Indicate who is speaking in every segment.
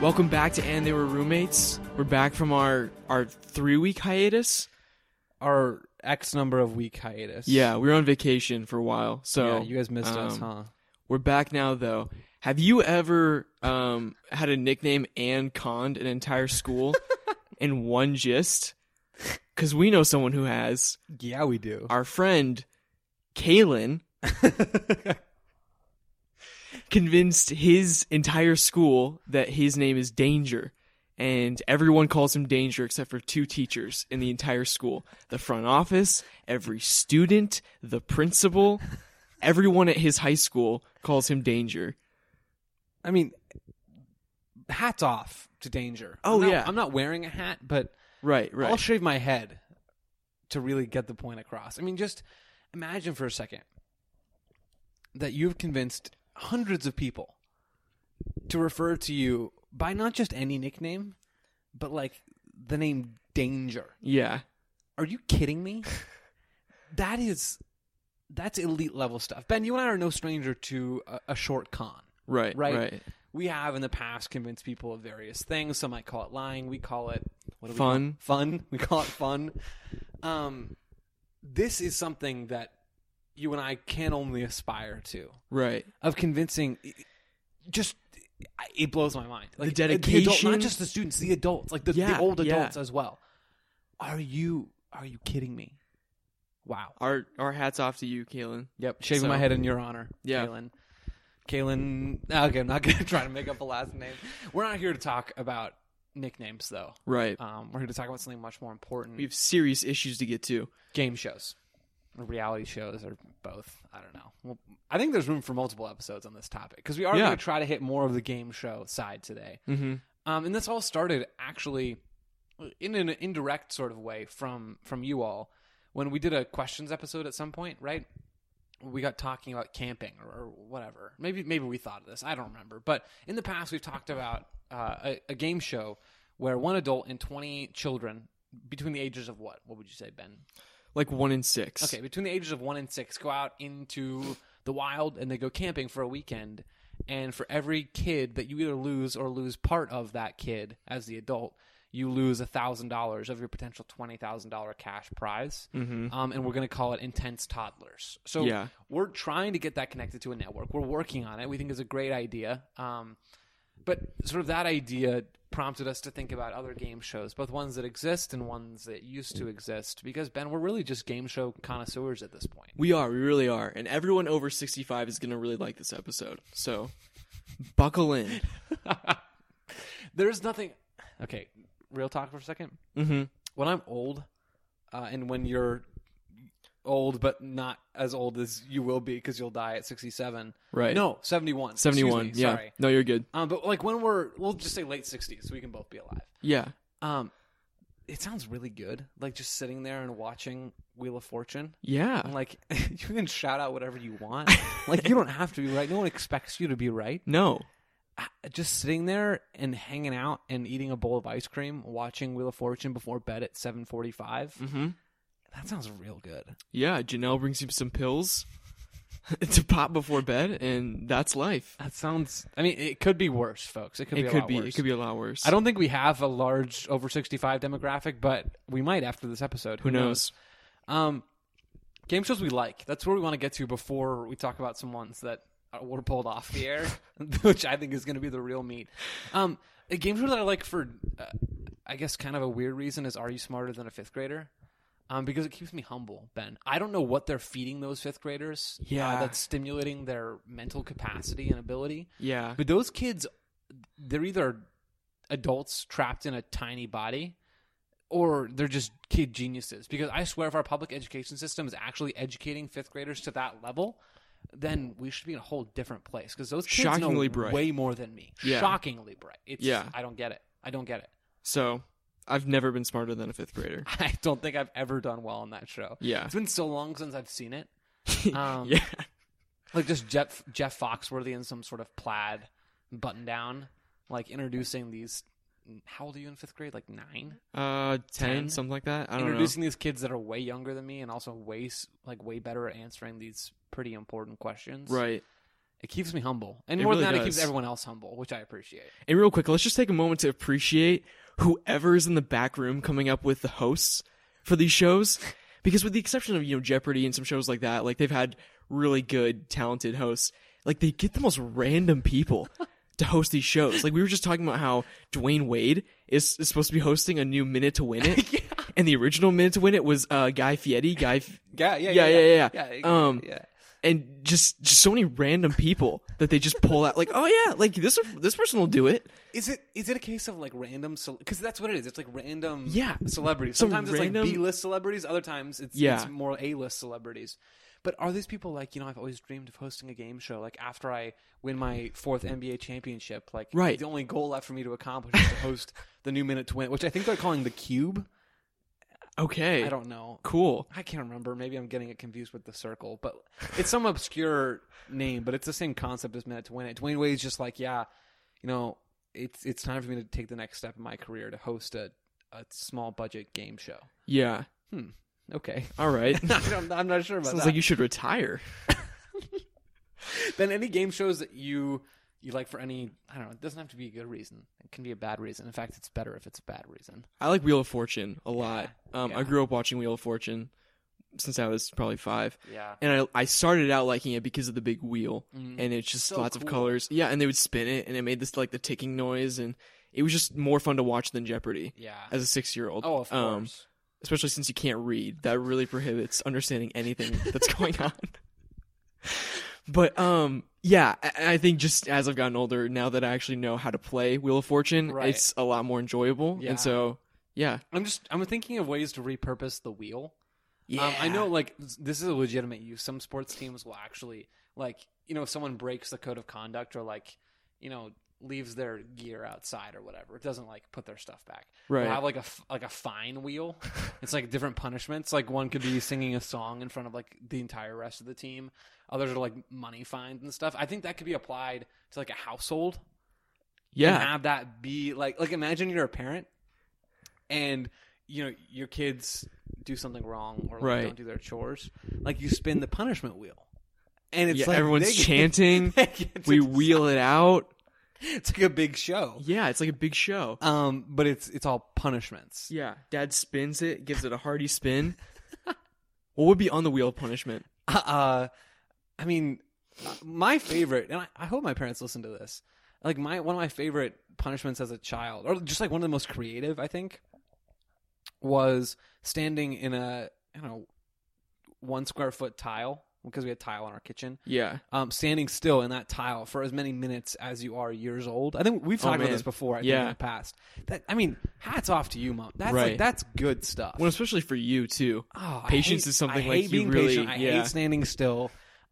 Speaker 1: Welcome back to And They Were Roommates. We're back from our, our three week hiatus.
Speaker 2: Our X number of week hiatus.
Speaker 1: Yeah, we were on vacation for a while. So
Speaker 2: Yeah, you guys missed us,
Speaker 1: um,
Speaker 2: huh?
Speaker 1: We're back now, though. Have you ever um, had a nickname and conned an entire school in one gist? Because we know someone who has.
Speaker 2: Yeah, we do.
Speaker 1: Our friend, Kalen, convinced his entire school that his name is Danger. And everyone calls him Danger except for two teachers in the entire school the front office, every student, the principal, everyone at his high school calls him Danger.
Speaker 2: I mean, hats off to danger.
Speaker 1: Oh,
Speaker 2: I'm not-
Speaker 1: yeah.
Speaker 2: I'm not wearing a hat, but
Speaker 1: Right, right.
Speaker 2: I'll shave my head to really get the point across. I mean, just imagine for a second that you've convinced hundreds of people to refer to you by not just any nickname, but like the name Danger.
Speaker 1: yeah.
Speaker 2: Are you kidding me? that is that's elite level stuff. Ben, you and I are no stranger to a, a short con.
Speaker 1: Right,
Speaker 2: Right.
Speaker 1: right.
Speaker 2: We have in the past convinced people of various things. Some might call it lying. We call it what do we
Speaker 1: Fun.
Speaker 2: Call it? Fun. We call it fun. Um, this is something that you and I can only aspire to
Speaker 1: Right.
Speaker 2: of convincing. Just it blows my mind. Like adult,
Speaker 1: dedication.
Speaker 2: not just the students, the adults, like the, the
Speaker 1: Yeah,
Speaker 2: old
Speaker 1: yeah.
Speaker 2: adults as well. Are you are you kidding me? Wow.
Speaker 1: Our our hats off to you, Kalen.
Speaker 2: Yep, shaving
Speaker 1: So-
Speaker 2: my head in your honor.
Speaker 1: Yeah.
Speaker 2: Kalen. Kalen. Okay, I'm not going to try to make up a last name. We're not here to talk about nicknames, though.
Speaker 1: Right.
Speaker 2: Um, we're here to talk about something much more
Speaker 1: Uh,
Speaker 2: important
Speaker 1: We have serious issues to get to.
Speaker 2: game shows, or reality shows, or both. I don't know. Well, I think there's room for multiple episodes on this topic because we are
Speaker 1: Yeah.
Speaker 2: going to try to hit more of the game show side today.
Speaker 1: Mm-hmm.
Speaker 2: Um, and this all started actually in an indirect sort of way from from you all when we did a questions episode at some point, right? We got talking about camping or, or whatever. Maybe maybe we thought of this. I don't remember. But in the past, we've talked about uh, a, a game show where one adult and twenty children between the ages of what? What would you say, Ben?
Speaker 1: Like one in six.
Speaker 2: Okay, between the ages of one and six, go out into the wild and they go camping for a weekend. And for every kid that you either lose or lose part of that kid as the adult, you lose a thousand dollars of your potential twenty thousand dollar cash prize.
Speaker 1: Mm-hmm.
Speaker 2: Um, and we're going to call it intense toddlers. So
Speaker 1: Yeah.
Speaker 2: we're trying to get that connected to a network. We're working on it. We think it's a great idea. Um, but sort of that idea prompted us to think about other game shows, both ones that exist and ones that used to exist. Because Ben, we're really just game show connoisseurs at this point.
Speaker 1: We are. We really are. And everyone over 65 is going to really like this episode. So buckle in.
Speaker 2: There's nothing. Okay, real talk for a second.
Speaker 1: Mm-hmm.
Speaker 2: When I'm old, uh, and when you're old but not as old as you will be because you'll die at 67
Speaker 1: Right.
Speaker 2: no 71 Excuse
Speaker 1: 71.
Speaker 2: me,
Speaker 1: yeah.
Speaker 2: sorry
Speaker 1: No, you're good.
Speaker 2: Um, but like when we're, we'll just say late sixties, we can both be alive.
Speaker 1: Yeah.
Speaker 2: Um, it sounds really good, like just sitting there and watching Wheel of Fortune.
Speaker 1: Yeah.
Speaker 2: And like you can shout out whatever you want. like you don't have to be right. No one expects you to be right.
Speaker 1: No.
Speaker 2: Ah, Just sitting there and hanging out and eating a bowl of ice cream, watching Wheel of Fortune before bed at seven forty-five.
Speaker 1: Mm-hmm.
Speaker 2: That sounds real good.
Speaker 1: Yeah. Janelle brings him some pills to pop before bed, and that's life.
Speaker 2: That sounds. I mean, it could be worse, folks. It could be.
Speaker 1: it
Speaker 2: a
Speaker 1: could
Speaker 2: lot
Speaker 1: be.
Speaker 2: Worse.
Speaker 1: It could be a lot worse.
Speaker 2: I don't think we have a large over sixty-five demographic, but we might after this episode.
Speaker 1: Who knows?
Speaker 2: Um, game shows we like. That's where we want to get to before we talk about some ones that are- were pulled off the air, which I think is going to be the real meat. Um, a game show that I like for, uh, I guess, kind of a weird reason is Are You Smarter Than a Fifth Grader? Um, because it keeps me humble, Ben. I don't know what they're feeding those fifth graders. uh,
Speaker 1: Yeah.
Speaker 2: that's stimulating their mental capacity and ability.
Speaker 1: Yeah.
Speaker 2: But those kids, they're either adults trapped in a tiny body or they're just kid geniuses. Because I swear, if our public education system is actually educating fifth graders to that level, then we should be in a whole different place. Because those kids
Speaker 1: Shockingly
Speaker 2: know
Speaker 1: bright.
Speaker 2: way more than me.
Speaker 1: Yeah.
Speaker 2: Shockingly bright. It's,
Speaker 1: Yeah.
Speaker 2: I don't get it. I don't get it.
Speaker 1: So I've never been smarter than a fifth grader.
Speaker 2: I don't think I've ever done well on that show.
Speaker 1: Yeah.
Speaker 2: It's been so long since I've seen it. Um,
Speaker 1: yeah.
Speaker 2: like just Jeff Jeff Foxworthy in some sort of plaid button down, like introducing these. How old are you in fifth grade? Like nine.
Speaker 1: Uh, 10,
Speaker 2: ten?
Speaker 1: something like that. I don't know.
Speaker 2: Introducing these kids that are way younger than me and also way s- like way better at answering these pretty important questions.
Speaker 1: Right.
Speaker 2: It keeps me humble, and
Speaker 1: It
Speaker 2: more than
Speaker 1: really
Speaker 2: that, it keeps
Speaker 1: does.
Speaker 2: everyone else humble, which I appreciate.
Speaker 1: And real quick, let's just take a moment to appreciate whoever's in the back room coming up with the hosts for these shows. Because with the exception of, you know, Jeopardy and some shows like that, like they've had really good, talented hosts. Like they get the most random people to host these shows. Like we were just talking about how Dwayne Wade is, is supposed to be hosting a new Minute to Win It. And the original Minute to Win It was uh, Guy Fieri. Guy F-
Speaker 2: Yeah, yeah,
Speaker 1: Yeah,
Speaker 2: yeah,
Speaker 1: yeah, yeah.
Speaker 2: yeah.
Speaker 1: Um,
Speaker 2: yeah.
Speaker 1: and just, just so many random people that they just pull out like, oh yeah, like this this person will do it.
Speaker 2: Is it is it a case of like random? Because that's what it is. It's like random.
Speaker 1: Yeah.
Speaker 2: celebrities.
Speaker 1: Some
Speaker 2: Sometimes
Speaker 1: random-
Speaker 2: it's like B list celebrities. Other times it's
Speaker 1: Yeah.
Speaker 2: it's more A list celebrities. But are these people like you know? I've always dreamed of hosting a game show. Like after I win my fourth NBA championship, like
Speaker 1: Right.
Speaker 2: the only goal left for me to accomplish is to host the new Minute to Win, which I think they're calling the Cube.
Speaker 1: Okay.
Speaker 2: I don't know.
Speaker 1: cool.
Speaker 2: I can't remember. Maybe I'm getting it confused with the circle, but it's some obscure name, but it's the same concept as Minute to Win It. Dwayne Wade's just like, yeah, you know, it's it's time for me to take the next step in my career to host a, a small budget game show.
Speaker 1: Yeah.
Speaker 2: Okay,
Speaker 1: All right.
Speaker 2: I don't, I'm not sure about
Speaker 1: Sounds
Speaker 2: that.
Speaker 1: like you should retire.
Speaker 2: then any game shows that you you like for any, I don't know, it doesn't have to be a good reason. It can be a bad reason. In fact, it's better if it's a bad reason.
Speaker 1: I like Wheel of Fortune a lot. Um, I
Speaker 2: yeah.
Speaker 1: grew up watching Wheel of Fortune since I was probably five,
Speaker 2: Yeah,
Speaker 1: and I I started out liking it because of the big wheel, and it's just
Speaker 2: Mm-hmm. So
Speaker 1: lots of
Speaker 2: cool.
Speaker 1: colors. Yeah, and they would spin it, and it made this like the ticking noise, and it was just more fun to watch than Jeopardy
Speaker 2: yeah.
Speaker 1: as a Um, six year old.
Speaker 2: Oh, of course.
Speaker 1: especially since you can't read, that really prohibits understanding anything that's going on. But um, yeah, I, I think just as I've gotten older, now that I actually know how to play Wheel of Fortune,
Speaker 2: Right.
Speaker 1: it's a lot more enjoyable.
Speaker 2: Yeah.
Speaker 1: And so, yeah,
Speaker 2: I'm just I'm thinking of ways to repurpose the wheel.
Speaker 1: yeah,
Speaker 2: Um, I know, like, s- this is a legitimate use. Some sports teams will actually, like, you know, if someone breaks the code of conduct or, like, you know, leaves their gear outside or whatever, it doesn't, like, put their stuff back.
Speaker 1: right?
Speaker 2: They'll have, like, a, f- like a fine wheel. it's, like, different punishments. Like, one could be singing a song in front of, like, the entire rest of the team. Others are, like, money fines and stuff. I think that could be applied to, like, a household and
Speaker 1: yeah,
Speaker 2: have that be like like imagine you're a parent and you know your kids do something wrong or like,
Speaker 1: Right.
Speaker 2: don't do their chores like you spin the punishment wheel and it's
Speaker 1: yeah.
Speaker 2: like
Speaker 1: Everyone's
Speaker 2: they get-
Speaker 1: chanting.
Speaker 2: they get
Speaker 1: we
Speaker 2: to-
Speaker 1: wheel it out.
Speaker 2: it's like a big show
Speaker 1: Yeah, it's like a big show.
Speaker 2: um but it's it's all punishments
Speaker 1: Yeah, Dad spins it, gives it a hearty spin. what would be on the wheel of punishment?
Speaker 2: uh i mean uh, my favorite and I, I hope my parents listen to this like my one of my favorite punishments as a child or just like one of the most creative i think was standing in a you know one square foot tile because we had tile in our kitchen
Speaker 1: Yeah,
Speaker 2: um, standing still in that tile for as many minutes as you are years old. I think we've talked about
Speaker 1: Oh,
Speaker 2: this
Speaker 1: man.
Speaker 2: before. I think,
Speaker 1: Yeah.
Speaker 2: in the past. That I mean, hats off to you, mom. That's
Speaker 1: Right.
Speaker 2: like, that's good stuff.
Speaker 1: well, especially for you too.
Speaker 2: Oh, I
Speaker 1: Patience
Speaker 2: hate-
Speaker 1: is something
Speaker 2: I
Speaker 1: like
Speaker 2: hate
Speaker 1: you
Speaker 2: being
Speaker 1: really-
Speaker 2: patient. I
Speaker 1: yeah.
Speaker 2: hate standing still.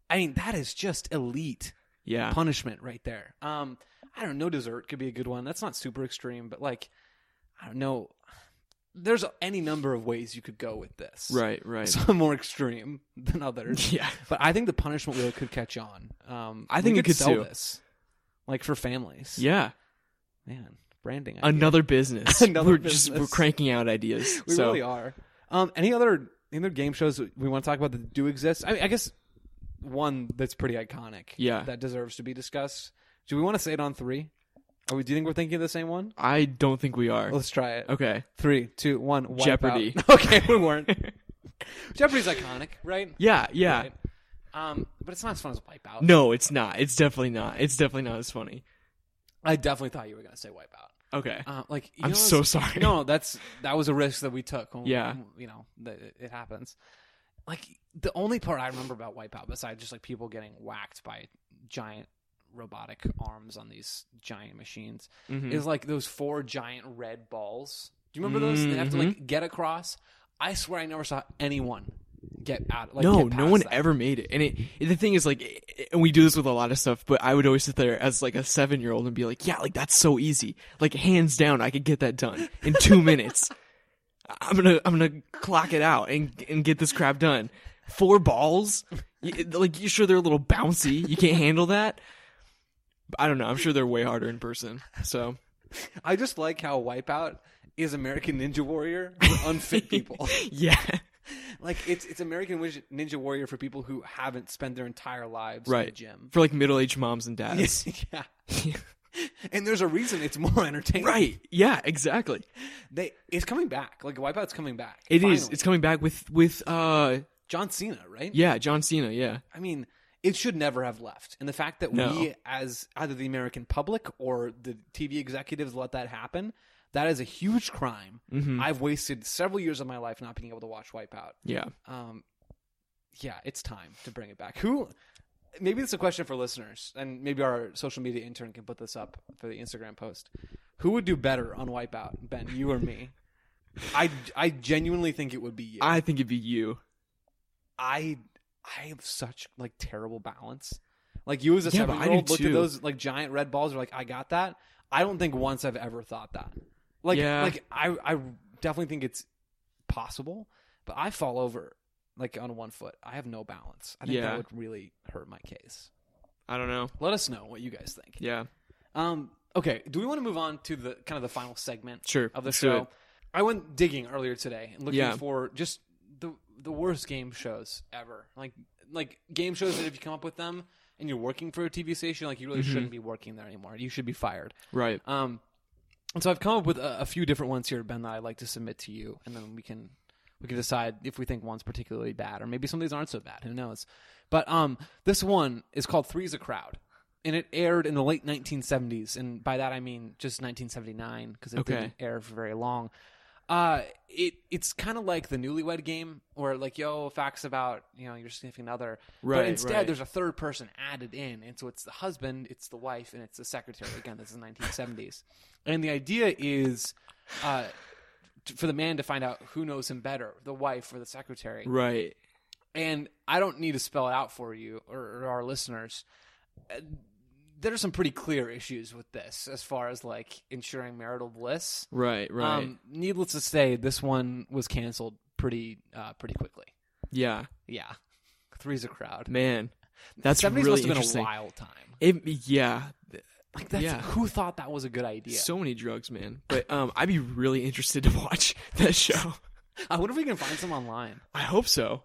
Speaker 2: I mean, that is just elite
Speaker 1: Yeah,
Speaker 2: punishment right there. Um, I don't know. Dessert could be a good one. That's not super extreme, but like, I don't know. There's any number of ways you could go with this.
Speaker 1: right, right.
Speaker 2: Some more extreme than others.
Speaker 1: yeah.
Speaker 2: But I think the punishment wheel could catch on. Um,
Speaker 1: I
Speaker 2: we
Speaker 1: think it
Speaker 2: could,
Speaker 1: could
Speaker 2: sell
Speaker 1: too.
Speaker 2: this, like for families.
Speaker 1: Yeah,
Speaker 2: man, branding. idea.
Speaker 1: another business.
Speaker 2: Another
Speaker 1: we're just
Speaker 2: business.
Speaker 1: we're cranking out ideas.
Speaker 2: We
Speaker 1: so
Speaker 2: really are. Um, any other any other game shows that we want to talk about that do exist? I, mean, I guess one that's pretty iconic.
Speaker 1: Yeah.
Speaker 2: that deserves to be discussed. Do we want to say it on three? Are we? Do you think we're thinking of the same one?
Speaker 1: I don't think we are.
Speaker 2: Let's try it.
Speaker 1: Okay.
Speaker 2: Three, two, one. Wipeout.
Speaker 1: Jeopardy.
Speaker 2: okay, we weren't. Jeopardy's iconic, right?
Speaker 1: Yeah, yeah.
Speaker 2: Right. Um, but it's not as fun as Wipeout.
Speaker 1: No, it's not. It's definitely not. It's definitely not as funny.
Speaker 2: I definitely thought you were gonna say Wipeout.
Speaker 1: Okay.
Speaker 2: Uh, like you
Speaker 1: I'm
Speaker 2: know,
Speaker 1: so
Speaker 2: it's-
Speaker 1: sorry.
Speaker 2: No, that's that was a risk that we took. When,
Speaker 1: Yeah.
Speaker 2: you know that it- it happens. Like the only part I remember about Wipeout, besides just like people getting whacked by giant robotic arms on these giant machines,
Speaker 1: Mhm.
Speaker 2: is like those four giant red balls. Do you remember those? They have to
Speaker 1: Mm-hmm.
Speaker 2: like get across. I swear I never saw anyone get out. Like,
Speaker 1: no,
Speaker 2: get
Speaker 1: no
Speaker 2: past
Speaker 1: one
Speaker 2: that.
Speaker 1: ever made it. And it, it- the thing is, like, it- it- and we do this with a lot of stuff. But I would always sit there as like a seven year old and be like, "Yeah, like that's so easy. Like hands down, I could get that done in two minutes. I'm gonna I'm gonna clock it out and and get this crap done. Four balls, You- like you sure they're a little bouncy. You can't handle that. But I don't know. I'm sure they're way harder in person. So
Speaker 2: I just like how Wipeout is American Ninja Warrior for unfit people.
Speaker 1: yeah,
Speaker 2: like it's it's American Ninja Ninja Warrior for people who haven't spent their entire lives in the
Speaker 1: Right.
Speaker 2: gym.
Speaker 1: for like middle aged moms and dads.
Speaker 2: yeah. And there's a reason it's more entertaining.
Speaker 1: right. Yeah, exactly.
Speaker 2: They it's coming back. Like Wipeout's coming back.
Speaker 1: It is.
Speaker 2: Finally.
Speaker 1: It's coming back with with uh
Speaker 2: John Cena, right?
Speaker 1: yeah, John Cena, yeah.
Speaker 2: I mean, it should never have left. And the fact that
Speaker 1: No.
Speaker 2: we, as either the American public or the TV executives, let that happen, that is a huge crime.
Speaker 1: Mm-hmm. Mm.
Speaker 2: I've wasted several years of my life not being able to watch Wipeout.
Speaker 1: Yeah.
Speaker 2: Um, yeah, it's time to bring it back. Who? Maybe this is a question for listeners, and maybe our social media intern can put this up for the Instagram post. Who would do better on Wipeout, Ben? You or me? I, I genuinely think it would be you.
Speaker 1: I think it'd be you.
Speaker 2: I I have such like terrible balance. Like you as a
Speaker 1: Yeah, but I
Speaker 2: seven year old
Speaker 1: do
Speaker 2: looked at
Speaker 1: too.
Speaker 2: those like giant red balls. Are like I got that. I don't think once I've ever thought that. Like
Speaker 1: Yeah.
Speaker 2: like I I definitely think it's possible, but I fall over like on one foot. I have no balance. I think
Speaker 1: Yeah.
Speaker 2: that would really hurt my case.
Speaker 1: I don't know.
Speaker 2: Let us know what you guys think.
Speaker 1: Yeah.
Speaker 2: Um. Okay. Do we want to move on to the kind of the final segment?
Speaker 1: Sure,
Speaker 2: Of the
Speaker 1: let's do
Speaker 2: show.
Speaker 1: it.
Speaker 2: I went digging earlier today and looking
Speaker 1: Yeah.
Speaker 2: for just the the worst game shows ever. Like like game shows that if you come up with them and you're working for a TV station, like you really
Speaker 1: Mm-hmm.
Speaker 2: shouldn't be working there anymore. You should be fired.
Speaker 1: Right.
Speaker 2: Um. And so I've come up with a, a few different ones here, Ben, that I'd like to submit to you, and then we can we can decide if we think one's particularly bad, or maybe some of these aren't so bad. Who knows? But um, this one is called Three's a Crowd, and it aired in the late 1970s, and by that I mean just 1979 because it
Speaker 1: Okay.
Speaker 2: didn't air for very long. Uh, it it's kind of like the Newlywed Game, where like yo facts about you know your significant other, but
Speaker 1: Right,
Speaker 2: instead
Speaker 1: right.
Speaker 2: there's a third person added in, and so it's the husband, it's the wife, and it's the secretary. Again, this is 1970s, and the idea is, uh, t- for the man to find out who knows him better, the wife or the secretary.
Speaker 1: Right.
Speaker 2: And I don't need to spell it out for you or, or our listeners. Uh, There are some pretty clear issues with this, as far as like ensuring marital bliss.
Speaker 1: Right. Right.
Speaker 2: Um, needless to say, this one was canceled pretty uh, pretty quickly.
Speaker 1: yeah.
Speaker 2: Yeah, three's a crowd.
Speaker 1: Man. That's
Speaker 2: 70s
Speaker 1: really
Speaker 2: must have been a
Speaker 1: interesting.
Speaker 2: wild time.
Speaker 1: It, yeah.
Speaker 2: Like that's
Speaker 1: Yeah.
Speaker 2: who thought that was a good idea.
Speaker 1: So many drugs, man. But um I'd be really interested to watch that show.
Speaker 2: I wonder if we can find some online.
Speaker 1: I hope so.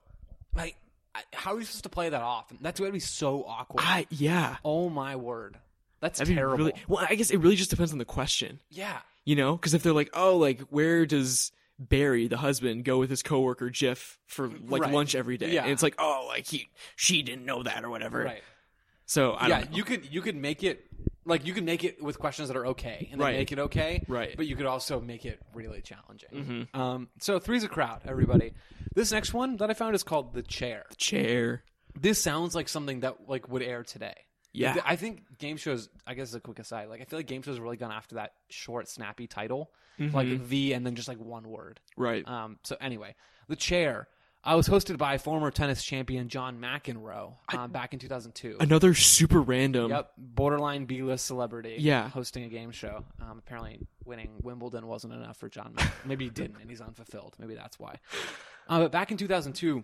Speaker 2: Like, I- how are you supposed to play that off? That's going to be so awkward.
Speaker 1: I yeah.
Speaker 2: oh my word, that's
Speaker 1: That'd be
Speaker 2: terrible.
Speaker 1: really Well, I guess it really just depends on the question.
Speaker 2: yeah,
Speaker 1: you know because if they're like oh like where does barry the husband go with his coworker jeff for like
Speaker 2: Right.
Speaker 1: lunch every day
Speaker 2: Yeah.
Speaker 1: and it's like oh like he she didn't know that or whatever
Speaker 2: right.
Speaker 1: so i
Speaker 2: yeah,
Speaker 1: don't know.
Speaker 2: you could you could make it like you could make it with questions that are okay and then
Speaker 1: Right.
Speaker 2: make it okay,
Speaker 1: Right. Mm-hmm.
Speaker 2: But you could also make it really challenging. Um, so three's a crowd, everybody. This next one that I found is called the chair.
Speaker 1: chair
Speaker 2: This sounds like something that like would air today.
Speaker 1: Yeah.
Speaker 2: Th- I think game shows. I guess as a quick aside, like I feel like game shows have really gone after that short, snappy title,
Speaker 1: Mm-hmm.
Speaker 2: like the and then just like one word.
Speaker 1: right
Speaker 2: Um, so anyway, the chair. I was hosted by former tennis champion John McEnroe um, back in 2002.
Speaker 1: another super random
Speaker 2: Yep, borderline B list celebrity.
Speaker 1: Yeah.
Speaker 2: hosting a game show. Um, apparently, winning Wimbledon wasn't enough for John. Mack. Maybe he didn't, and he's unfulfilled. Maybe that's why. Uh, but back in 2002,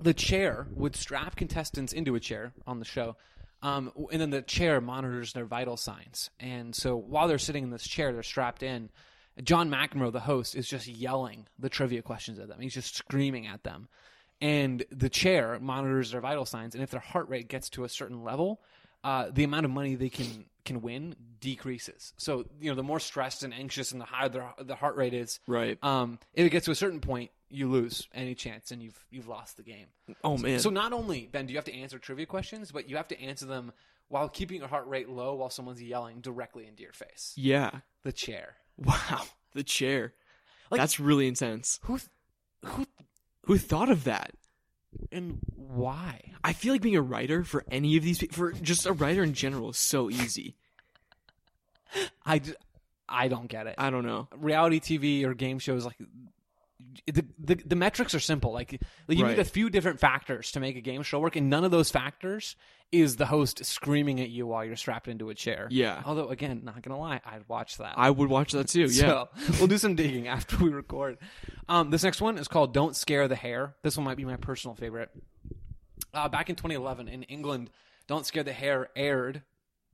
Speaker 2: the chair would strap contestants into a chair on the show, um, w- and then the chair monitors their vital signs. And so while they're sitting in this chair, they're strapped in. John McEnroe, the host, is just yelling the trivia questions at them. He's just screaming at them. And the chair monitors their vital signs, and if their heart rate gets to a certain level, uh, the amount of money they can can win decreases. So you know, the more stressed and anxious, and the higher their, the heart rate is,
Speaker 1: right
Speaker 2: um, if it gets to a certain point, you lose any chance, and you've you've lost the game.
Speaker 1: oh man
Speaker 2: So not only Ben, do you have to answer trivia questions, but you have to answer them while keeping your heart rate low, while someone's yelling directly into your face.
Speaker 1: yeah
Speaker 2: The chair.
Speaker 1: wow the chair
Speaker 2: Like-
Speaker 1: that's really intense
Speaker 2: Who, th- who, th-
Speaker 1: who thought of that
Speaker 2: and why?
Speaker 1: i feel like being a writer for any of these pe- for just a writer in general is so easy
Speaker 2: I, d- I don't get it.
Speaker 1: i don't know
Speaker 2: reality TV or game shows like the the, the metrics are simple. Like, like you
Speaker 1: Right.
Speaker 2: need a few different factors to make a game show work, and none of those factors is the host screaming at you while you're strapped into a chair.
Speaker 1: Yeah.
Speaker 2: Although, again, not gonna lie, I'd watch that.
Speaker 1: i would watch that too yeah
Speaker 2: So we'll do some digging after we record. Um, this next one is called "Don't Scare the Hare." This one might be my personal favorite. Uh, back in 2011 in England, "Don't Scare the Hare" aired.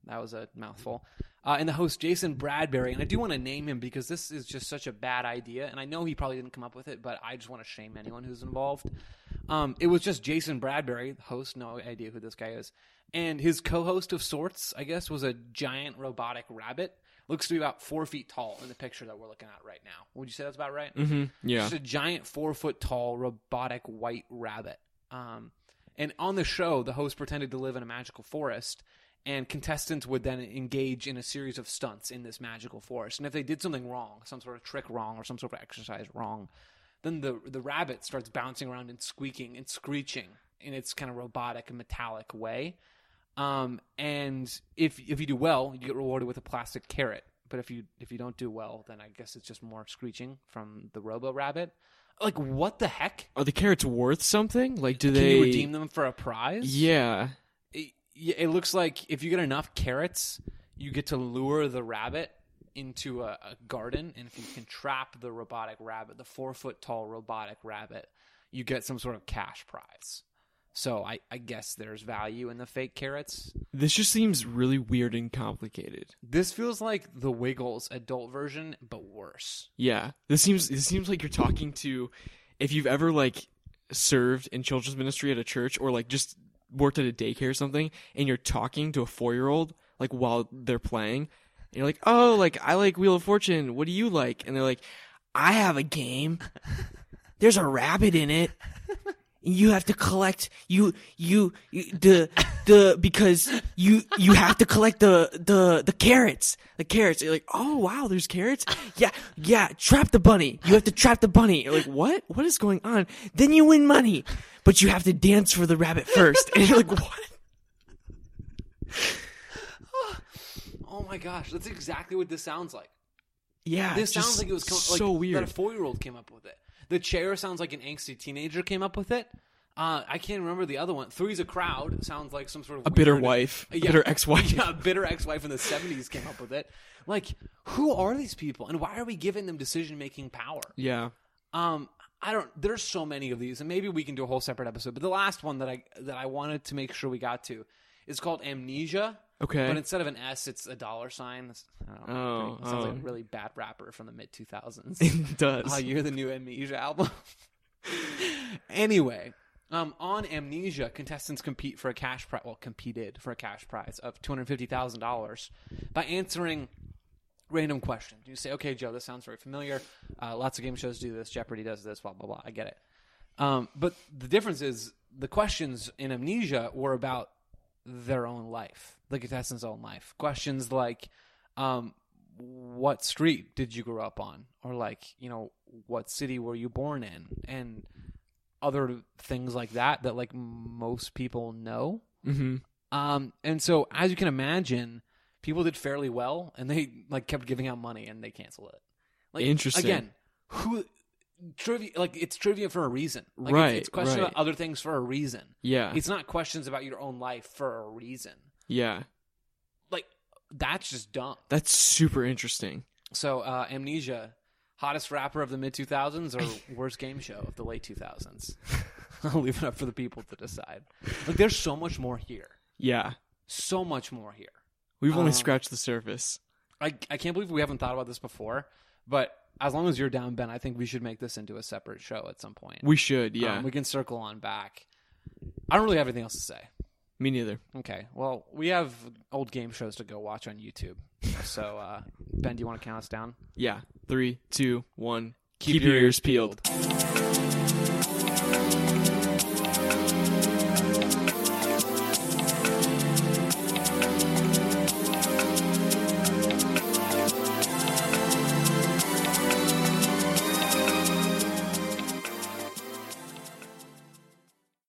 Speaker 2: That was a mouthful. uh, and the host Jason Bradbury. And I do want to name him because this is just such a bad idea, and I know he probably didn't come up with it, but I just want to shame anyone who's involved. Um, it was just Jason Bradbury, the host, no idea who this guy is, and his co-host of sorts, I guess, was a giant robotic rabbit. Looks to be about four feet tall in the picture that we're looking at right now. Would you say that's about right?
Speaker 1: Mm-hmm. Yeah.
Speaker 2: Just a giant four foot tall robotic white rabbit. Um, and on the show, the host pretended to live in a magical forest, and contestants would then engage in a series of stunts in this magical forest. And if they did something wrong, some sort of trick wrong, or some sort of exercise wrong, then the the rabbit starts bouncing around and squeaking and screeching in its kind of robotic and metallic way. Um, and if if you do well, you get rewarded with a plastic carrot. But if you if you don't do well, then I guess it's just more screeching from the Robo Rabbit. Like what the heck?
Speaker 1: Are the carrots worth something? Like, do
Speaker 2: Can
Speaker 1: they
Speaker 2: you redeem them for a prize?
Speaker 1: Yeah.
Speaker 2: It, yeah, it looks like if you get enough carrots, you get to lure the rabbit into a, a garden, and if you can trap the robotic rabbit, the four foot tall robotic rabbit, you get some sort of cash prize. So I, I guess there's value in the fake carrots.
Speaker 1: This just seems really weird and complicated.
Speaker 2: This feels like the Wiggles adult version, but worse.
Speaker 1: Yeah. This seems this seems like you're talking to if you've ever like served in children's ministry at a church or like just worked at a daycare or something and you're talking to a 4-year-old like while they're playing and you're like, "Oh, like I like Wheel of Fortune. What do you like?" And they're like, "I have a game. There's a rabbit in it." and You have to collect you you, you the the because you you have to collect the the the carrots the carrots you're like oh wow there's carrots yeah yeah trap the bunny you have to trap the bunny you're like what what is going on then you win money but you have to dance for the rabbit first and you're like what
Speaker 2: Oh my gosh, that's exactly what this sounds like.
Speaker 1: yeah
Speaker 2: This
Speaker 1: just
Speaker 2: sounds like it was com-
Speaker 1: so
Speaker 2: like
Speaker 1: weird
Speaker 2: That a four year old came up with it. The chair sounds like an angsty teenager came up with it. Uh, I can't remember the other one. Three's a crowd sounds like some sort of
Speaker 1: a bitter
Speaker 2: weird-
Speaker 1: wife
Speaker 2: Yeah.
Speaker 1: bitter ex-wife
Speaker 2: Yeah, a bitter ex-wife in the '70s came up with it. Like, who are these people, and why are we giving them decision-making power?
Speaker 1: yeah
Speaker 2: Um, I don't. There's so many of these, and maybe we can do a whole separate episode. But the last one that I that I wanted to make sure we got to is called Amnesia.
Speaker 1: Okay.
Speaker 2: But instead of an S, it's a dollar sign. That's- I don't know,
Speaker 1: Oh,
Speaker 2: pretty- sounds like
Speaker 1: oh.
Speaker 2: a really bad rapper from the mid 2000s.
Speaker 1: it does
Speaker 2: Oh, you're the new Amnesia album. anyway, um, on Amnesia, contestants compete for a cash prize. Well, competed for a cash prize of two hundred fifty thousand dollars by answering random questions. You say, "Okay, Joe, this sounds very familiar. Uh, lots of game shows do this. Jeopardy does this. Blah blah blah. I get it." Um, but the difference is the questions in Amnesia were about their own life, the contestants' own life. Questions like, um, what street did you grow up on? Or like, you know, what city were you born in? And other things like that that like most people know.
Speaker 1: hmm
Speaker 2: Um, and so as you can imagine, people did fairly well, and they like kept giving out money, and they canceled it. Like
Speaker 1: Interesting.
Speaker 2: again, who trivia? Like it's trivia for a reason, like,
Speaker 1: Right,
Speaker 2: It's, it's questions
Speaker 1: right.
Speaker 2: about other things for a reason.
Speaker 1: yeah
Speaker 2: It's not questions about your own life for a reason.
Speaker 1: yeah
Speaker 2: Like that's just dumb.
Speaker 1: that's super interesting
Speaker 2: So uh, amnesia, hottest rapper of the mid two thousands, or worst game show of the late two thousands. I'll leave it up for the people to decide. Like there's so much more here,
Speaker 1: yeah
Speaker 2: so much more here.
Speaker 1: we've only
Speaker 2: Um,
Speaker 1: scratched the surface
Speaker 2: I, I can't believe we haven't thought about this before, but as long as you're down, Ben, I think we should make this into a separate show at some point.
Speaker 1: we should
Speaker 2: Um,
Speaker 1: yeah
Speaker 2: we can circle on back. I don't really have anything else to say.
Speaker 1: me neither
Speaker 2: Okay. Well, we have old game shows to go watch on YouTube. So, uh, Ben, do you want to count us down?
Speaker 1: Yeah. Three, two, one. Keep, your ears peeled.
Speaker 2: peeled.